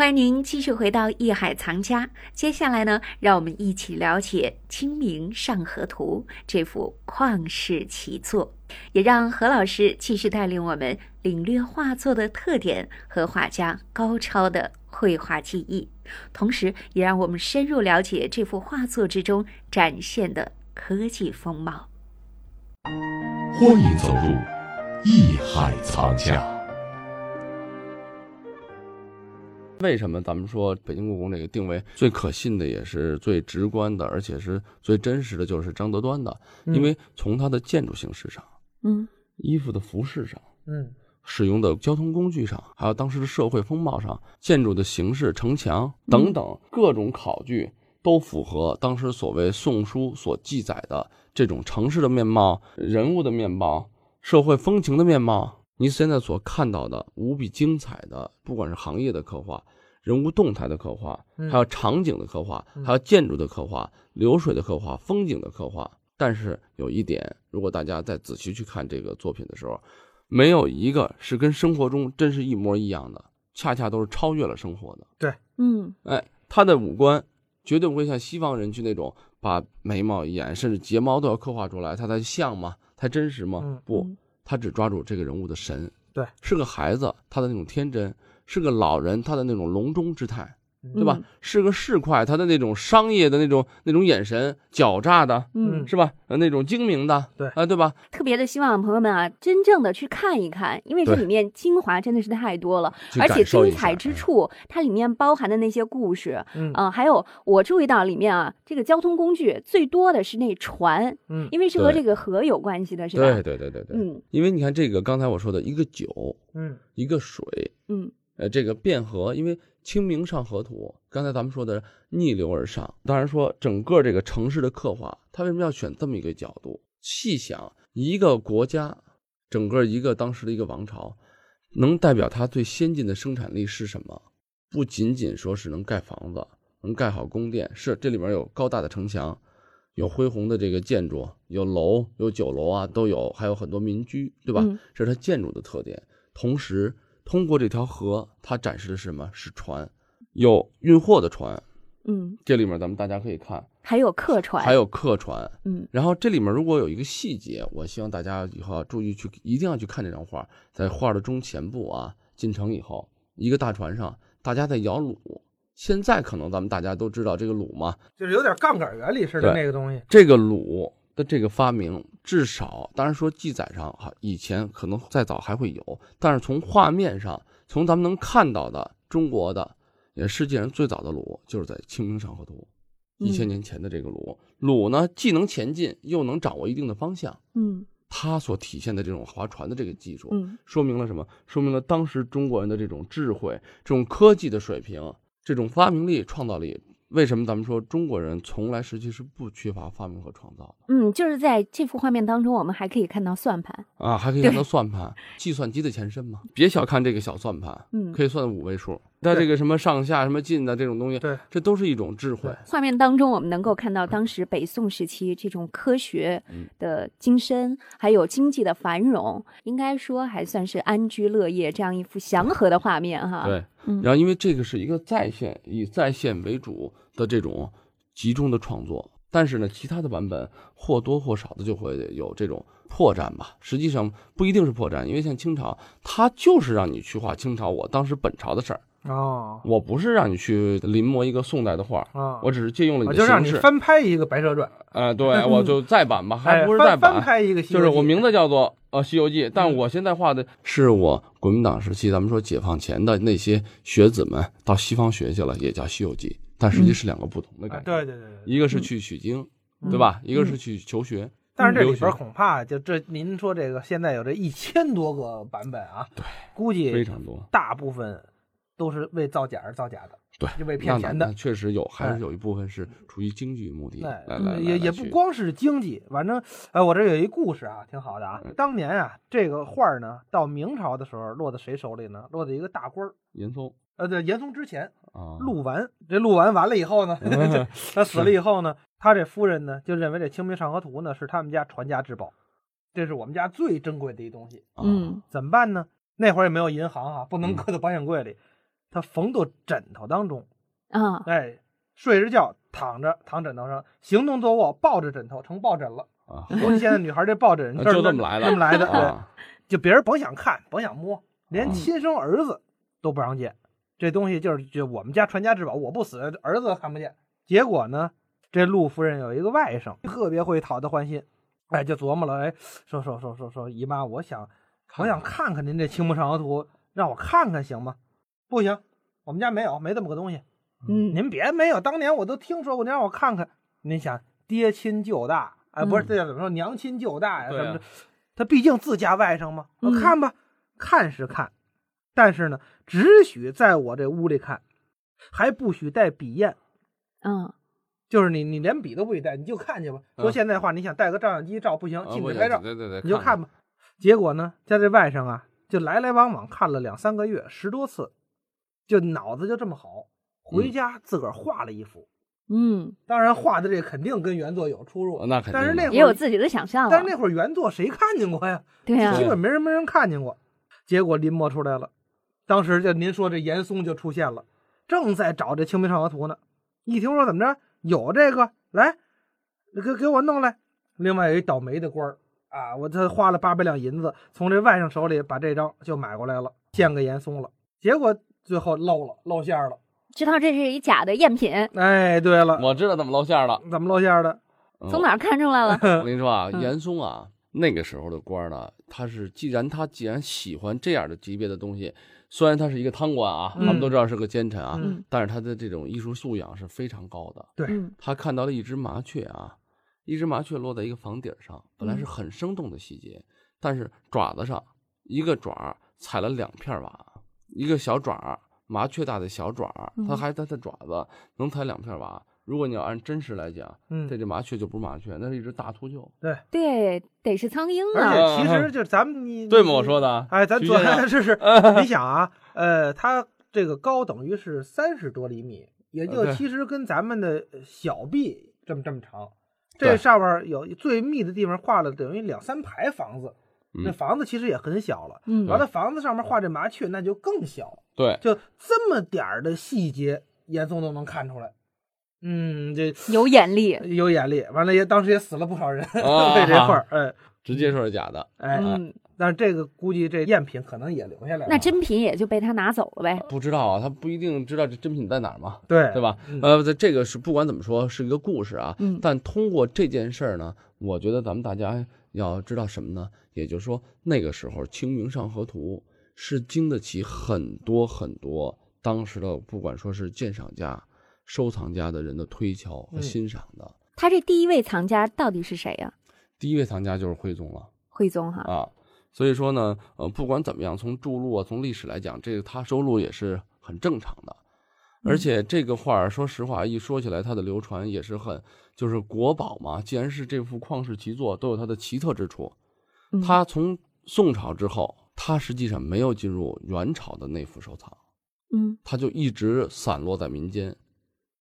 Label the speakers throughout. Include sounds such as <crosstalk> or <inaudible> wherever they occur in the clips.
Speaker 1: 欢迎您继续回到《艺海藏家》，接下来呢，让我们一起了解《清明上河图》这幅旷世奇作，也让何老师继续带领我们领略画作的特点和画家高超的绘画技艺，同时也让我们深入了解这幅画作之中展现的科技风貌。
Speaker 2: 欢迎走入《艺海藏家》。
Speaker 3: 为什么咱们说北京故宫这个定位最可信的，也是最直观的，而且是最真实的，就是张德端的。因为从它的建筑形式上、
Speaker 1: 嗯
Speaker 3: 衣服的服饰上、
Speaker 4: 嗯
Speaker 3: 使用的交通工具上，还有当时的社会风貌上、建筑的形式、城墙
Speaker 4: 嗯
Speaker 3: 等等各种考据，都符合当时所谓《宋书》所记载的这种城市的面貌、人物的面貌、社会风情的面貌。你现在所看到的无比精彩的，不管是行业的刻画、人物动态的刻画，
Speaker 4: 嗯
Speaker 3: 还有场景的刻画，
Speaker 4: 嗯
Speaker 3: 还有建筑的刻画、流水的刻画、风景的刻画。但是有一点，如果大家再仔细去看这个作品的时候，没有一个是跟生活中真是一模一样的，恰恰都是超越了生活的。
Speaker 1: 嗯
Speaker 3: 哎，他的五官绝对不会像西方人去那种把眉毛、眼甚至睫毛都要刻画出来，他才像吗？才真实吗？
Speaker 4: 嗯
Speaker 3: 不
Speaker 1: 嗯，
Speaker 3: 他只抓住这个人物的神。
Speaker 4: 对，
Speaker 3: 是个孩子，他的那种天真；是个老人，他的那种笼中之态，对
Speaker 1: 嗯
Speaker 3: 吧？是个市侩，他的那种商业的那种那种眼神，狡诈的，
Speaker 1: 嗯
Speaker 4: 嗯，
Speaker 3: 是吧？呃那种精明的，
Speaker 4: 对
Speaker 3: 啊、对吧？
Speaker 1: 特别的希望朋友们啊，真正的去看一看，因为这
Speaker 3: 对
Speaker 1: 里面精华真的是太多了，
Speaker 3: 去
Speaker 1: 而且
Speaker 3: 感受一
Speaker 1: 精
Speaker 3: 下嗯
Speaker 1: 彩之处，它里面包含的那些故事，
Speaker 4: 嗯
Speaker 1: 呃，还有我注意到里面啊，这个交通工具最多的是那船，
Speaker 4: 嗯
Speaker 1: 因为是和这
Speaker 3: 对
Speaker 1: 个河有关系的，是吧？
Speaker 3: 对对对对对，
Speaker 1: 嗯
Speaker 3: 因为你看这个刚才我说的一个酒，
Speaker 4: 嗯
Speaker 3: 一个水，
Speaker 1: 嗯
Speaker 3: 呃，这个汴河，因为清明上河图，刚才咱们说的逆流而上，当然说整个这个城市的刻画，它为什么要选这么一个角度？细想，一个国家，整个一个当时的一个王朝，能代表它最先进的生产力是什么？不仅仅说是能盖房子，能盖好宫殿，是这里面有高大的城墙，有恢宏的这个建筑，有楼，有酒楼啊，都有，还有很多民居，对吧？
Speaker 1: 嗯
Speaker 3: 这是它建筑的特点。同时，通过这条河，它展示的是什么？是船，有运货的船，
Speaker 1: 嗯，
Speaker 3: 这里面咱们大家可以看，
Speaker 1: 还有客船，
Speaker 3: 还有客船。
Speaker 1: 嗯
Speaker 3: 然后这里面如果有一个细节，我希望大家以后要注意去，一定要去看这张画，在画的中前部啊，进城以后，一个大船上，大家在摇橹。现在可能咱们大家都知道这个橹嘛，
Speaker 4: 就是有点杠杆原理似
Speaker 3: 对
Speaker 4: 的那个东西。
Speaker 3: 这个橹的这个发明，至少当然说记载上哈，以前可能再早还会有，但是从画面上，从咱们能看到的中国的，也世界上最早的橹，就是在《清明上河图》
Speaker 1: 嗯
Speaker 3: 一千年前的这个橹。橹呢，既能前进，又能掌握一定的方向。
Speaker 1: 嗯
Speaker 3: 它所体现的这种划船的这个技术，
Speaker 1: 嗯
Speaker 3: 说明了什么？说明了当时中国人的这种智慧、这种科技的水平、这种发明力、创造力。为什么咱们说中国人从来实际是不缺乏发明和创造的
Speaker 1: 嗯，就是在这幅画面当中，我们还可以看到算盘，
Speaker 3: 啊？还可以看到算盘，计算机的前身嘛。别小看这个小算盘，
Speaker 1: 嗯
Speaker 3: 可以算五位数。它这个什么上下、什么进的这种东西，
Speaker 4: 对，
Speaker 3: 这都是一种智慧
Speaker 4: 对。
Speaker 1: 画面当中，我们能够看到当时北宋时期这种科学
Speaker 3: 嗯
Speaker 1: 的精深，还有经济的繁荣，应该说还算是安居乐业这样一幅祥和的画面哈。
Speaker 3: 对，
Speaker 1: 嗯
Speaker 3: 然后因为这个是一个在线以在线为主的这种集中的创作，但是呢，其他的版本或多或少的就会有这种破绽吧。实际上不一定是破绽，因为像清朝，它就是让你去画清朝我当时本朝的事儿，
Speaker 4: 哦
Speaker 3: 我不是让你去临摹一个宋代的画。
Speaker 4: 哦，
Speaker 3: 我只是借用了
Speaker 4: 我
Speaker 3: 你
Speaker 4: 就
Speaker 3: 的
Speaker 4: 让
Speaker 3: 形
Speaker 4: 你
Speaker 3: 式，
Speaker 4: 翻拍一个《白蛇传》，
Speaker 3: 呃，
Speaker 4: <laughs>
Speaker 3: 对，我就再版吧，还
Speaker 4: 哎，
Speaker 3: 不是再
Speaker 4: 翻翻
Speaker 3: 版，
Speaker 4: 拍一个《西
Speaker 3: 就是
Speaker 4: 游记哎
Speaker 3: 我名字叫做呃《西游记》，但
Speaker 4: 嗯
Speaker 3: 我现在画的是我国民党时期，咱们说解放前的那些学子们到西方学去了，也叫《西游记》，但实际是两个不同的
Speaker 4: 啊
Speaker 3: 概念。
Speaker 4: 对对对对对。
Speaker 3: 一个是去取经，
Speaker 4: 嗯
Speaker 3: 对吧？一个是去求学。
Speaker 4: 但是这
Speaker 3: 留
Speaker 4: 里边
Speaker 3: 学
Speaker 4: 恐怕就这，您说这个现在有这一千多个版本啊，对，估
Speaker 3: 非
Speaker 4: 计
Speaker 3: 常多，
Speaker 4: 大部分都是为造假而造假的，
Speaker 3: 对，
Speaker 4: 就为
Speaker 3: 那
Speaker 4: 骗
Speaker 3: 那
Speaker 4: 钱
Speaker 3: 那
Speaker 4: 的。
Speaker 3: 确实有，还
Speaker 4: 哎
Speaker 3: 是有一部分是出于经济目的
Speaker 4: 哎
Speaker 3: 来来来
Speaker 4: 也
Speaker 3: 来
Speaker 4: 也不
Speaker 3: 去
Speaker 4: 光是经济，反正呃，我这有一故事啊，挺好的
Speaker 3: 嗯
Speaker 4: 啊。当年啊，这个画儿呢，到明朝的时候落在谁手里呢？落在一个大官儿，
Speaker 3: 严嵩
Speaker 4: 呃，对，严嵩之前，
Speaker 3: 啊，
Speaker 4: 录完，这录完完了以后呢，
Speaker 3: 嗯 <laughs>
Speaker 4: 就他死了以后呢，他这夫人呢就认为这《清明上河图呢》是他们家传家之宝，这是我们家最珍贵的一东西，
Speaker 3: 啊
Speaker 1: 嗯
Speaker 3: 嗯
Speaker 4: 怎么办呢？那会儿也没有银行啊，不能搁到保险柜里，他缝到枕头当中，
Speaker 1: 啊，
Speaker 4: 哎，睡着觉躺着躺枕头上，行动坐卧抱着枕头成抱枕了。
Speaker 3: 啊，
Speaker 4: 我估计现在女孩这抱
Speaker 3: <laughs>
Speaker 4: 枕
Speaker 3: 就这么来的
Speaker 4: 这么来的，对，
Speaker 3: 啊，
Speaker 4: 就别人甭想看，甭想摸，连
Speaker 3: 嗯
Speaker 4: 亲生儿子都不让见。这东西就是就我们家传家之宝，我不死儿子看不见。结果呢，这陆夫人有一个外甥，特别会讨她欢心，哎，就琢磨了，哎，说说说说说姨妈，我想我想看看您这青木上河图，让我看看行吗？不行，我们家没有，没这么个东西。
Speaker 1: 嗯，
Speaker 4: 您别没有，当年我都听说过，您让我看看。您想，爹亲舅大，哎，不是
Speaker 1: 嗯
Speaker 4: 这叫怎么说，娘亲舅大呀，
Speaker 3: 对
Speaker 4: 什
Speaker 3: 啊
Speaker 4: 么的。他毕竟自家外甥嘛，我
Speaker 1: 嗯
Speaker 4: 看吧，看是看，但是呢，只许在我这屋里看，还不许带笔砚。
Speaker 1: 嗯，
Speaker 4: 就是你，你连笔都不许带，你就看去吧。
Speaker 3: 嗯啊
Speaker 4: 说现在话，你想带个照相机照不行，禁止拍照，
Speaker 3: 对对对，
Speaker 4: 你就看吧。结果呢，家这外甥啊，就来来往往看了两三个月，十多次，就脑子就这么好，回
Speaker 3: 嗯
Speaker 4: 家自个儿画了一幅。
Speaker 1: 嗯，
Speaker 4: 当然画的这肯定跟原作有出入
Speaker 3: 哦，那肯定
Speaker 4: 但是
Speaker 3: 的
Speaker 4: 那会
Speaker 1: 也有
Speaker 4: 儿，
Speaker 1: 自己的想象了
Speaker 4: 但是。那会儿原作谁看见过呀？
Speaker 1: 对啊呀
Speaker 4: 基
Speaker 3: 对，
Speaker 4: 本没人没人看见过。结果临摹出来了，当时就您说这严嵩就出现了，正在找这《清明上河图》呢，一听说怎么着有这个，来，给给我弄来。另外有一倒霉的官儿啊，我他花了八百两银子，从这外甥手里把这张就买过来了，献给严嵩了。结果最后露了，露馅儿了。
Speaker 1: 知道这是一假的赝品，
Speaker 4: 哎，对了，
Speaker 3: 我知道怎么露馅儿了。
Speaker 4: 怎么露馅儿的？
Speaker 3: 嗯
Speaker 1: 从哪儿看出来了？
Speaker 4: <laughs>
Speaker 1: <laughs>
Speaker 3: 我跟你说啊，
Speaker 1: 嗯
Speaker 3: 严嵩啊，那个时候的官儿呢，他是既然他既然喜欢这样的级别的东西，虽然他是一个贪官啊，
Speaker 4: 嗯
Speaker 3: 他们都知道是个奸臣啊，
Speaker 1: 嗯
Speaker 3: 但是他的这种艺术素养是非常高的。
Speaker 4: 对
Speaker 1: 嗯
Speaker 3: 他看到了一只麻雀啊，一只麻雀落在一个房顶上，本
Speaker 1: 嗯
Speaker 3: 来是很生动的细节，但是爪子上一个爪儿踩了两片瓦，一个小爪儿，麻雀大的小爪儿，它
Speaker 1: 嗯
Speaker 3: 还它的爪子能踩两片瓦。如果你要按真实来讲，
Speaker 4: 嗯
Speaker 3: 这只麻雀就不是麻雀，那是一只大秃鹫。
Speaker 1: 对，得是苍蝇
Speaker 4: <laughs> 而
Speaker 1: 啊。
Speaker 4: 且其实就是咱们你
Speaker 3: 嗯对吗？我说
Speaker 4: 的，
Speaker 3: 的，啊
Speaker 4: 哎，咱
Speaker 3: 徐
Speaker 4: 昨
Speaker 3: 先生
Speaker 4: 是是，
Speaker 3: <laughs>
Speaker 4: 你想啊，呃，它这个高等于是三十多厘米，也
Speaker 3: 呃
Speaker 4: 就
Speaker 3: 对
Speaker 4: 其实跟咱们的小臂这么这么长。
Speaker 3: 对
Speaker 4: 这上面有最密的地方画了等于两三排房子，那
Speaker 3: 嗯
Speaker 4: 房子其实也很小了。
Speaker 1: 嗯
Speaker 4: 完了，房子上面画这麻雀，那就更小，
Speaker 3: 对，
Speaker 4: <laughs> 就这么点儿的细节，严嵩都能看出来。嗯，这
Speaker 1: 有眼力。
Speaker 4: 有眼力。完了也当时也死了不少人， <laughs>
Speaker 3: 啊
Speaker 4: 为这块儿，哎
Speaker 3: 直接说是假的，
Speaker 4: 哎，
Speaker 1: 嗯，
Speaker 4: 但是这个估计这赝品可能也留下来了，
Speaker 1: 那真品也就被他拿走了呗。
Speaker 3: 不知道啊，他不一定知道这真品在哪儿嘛，
Speaker 4: 对
Speaker 3: 对吧？
Speaker 4: 嗯
Speaker 3: 呃，这这个是不管怎么说是一个故事啊，
Speaker 1: 嗯
Speaker 3: 但通过这件事儿呢，我觉得咱们大家要知道什么呢？也就是说，那个时候《清明上河图》是经得起很多很多当时的不管说是鉴赏家、收藏家的人的推敲和
Speaker 4: 嗯
Speaker 3: 欣赏的。
Speaker 1: 他这第一位藏家到底是谁呀、
Speaker 3: 第一位藏家就是徽宗了。
Speaker 1: 徽宗哈。
Speaker 3: 啊。所以说呢，呃，不管怎么样，从注录啊，从历史来讲，这个他收录也是很正常的。
Speaker 1: 嗯
Speaker 3: 而且这个画儿，说实话，一说起来，它的流传也是很，就是国宝嘛。既然是这幅旷世奇作，都有它的奇特之处。
Speaker 1: 嗯
Speaker 3: 它从宋朝之后，它实际上没有进入元朝的内府收藏，
Speaker 1: 嗯
Speaker 3: 它就一直散落在民间，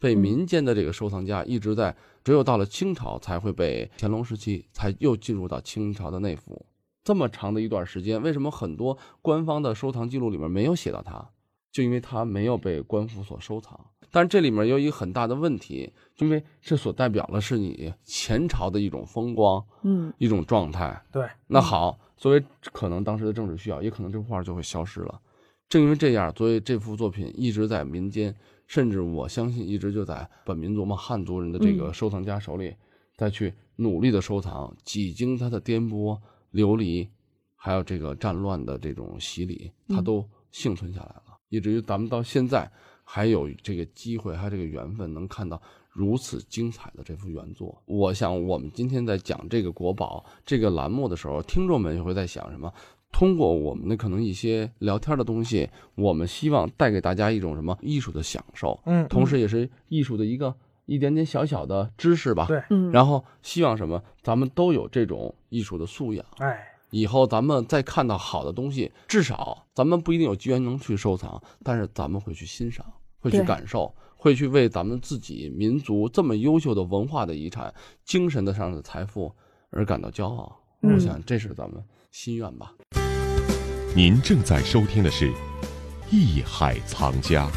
Speaker 3: 被
Speaker 1: 嗯
Speaker 3: 民间的这个收藏家一直在，只有到了清朝才会被乾隆时期才又进入到清朝的内府。这么长的一段时间，为什么很多官方的收藏记录里面没有写到它？就因为它没有被官府所收藏。但是这里面有一个很大的问题，因为这所代表的是你前朝的一种风光、
Speaker 1: 嗯
Speaker 3: 一种状态，
Speaker 4: 对，
Speaker 3: 那好，作为可能当时的政治需要，也可能这幅画就会消失了。正因为这样，所以这幅作品一直在民间，甚至我相信一直就在本民族嘛汉族人的这个
Speaker 1: 嗯
Speaker 3: 收藏家手里，再去努力的收藏，几经它的颠簸、流离，还有这个战乱的这种洗礼，它
Speaker 1: 嗯
Speaker 3: 都幸存下来了，以至于咱们到现在还有这个机会，还有这个缘分能看到如此精彩的这幅原作。我想，我们今天在讲这个国宝这个栏目的时候，听众们也会在想什么？通过我们的可能一些聊天的东西，我们希望带给大家一种什么艺术的享受，
Speaker 4: 嗯，
Speaker 3: 同时也是艺术的一个一点点小小的知识吧。
Speaker 4: 对
Speaker 1: 嗯，
Speaker 3: 然后希望什么，咱们都有这种艺术的素养。
Speaker 4: 哎，
Speaker 3: 以后咱们再看到好的东西，至少咱们不一定有机缘能去收藏，但是咱们会去欣赏，会去
Speaker 1: 对
Speaker 3: 感受，会去为咱们自己民族这么优秀的文化的遗产、精神的上的财富而感到骄傲。
Speaker 1: 嗯
Speaker 3: 我想这是咱们心愿吧。
Speaker 2: 您正在收听的是艺海藏家。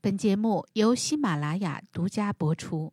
Speaker 5: 本节目由喜马拉雅独家播出。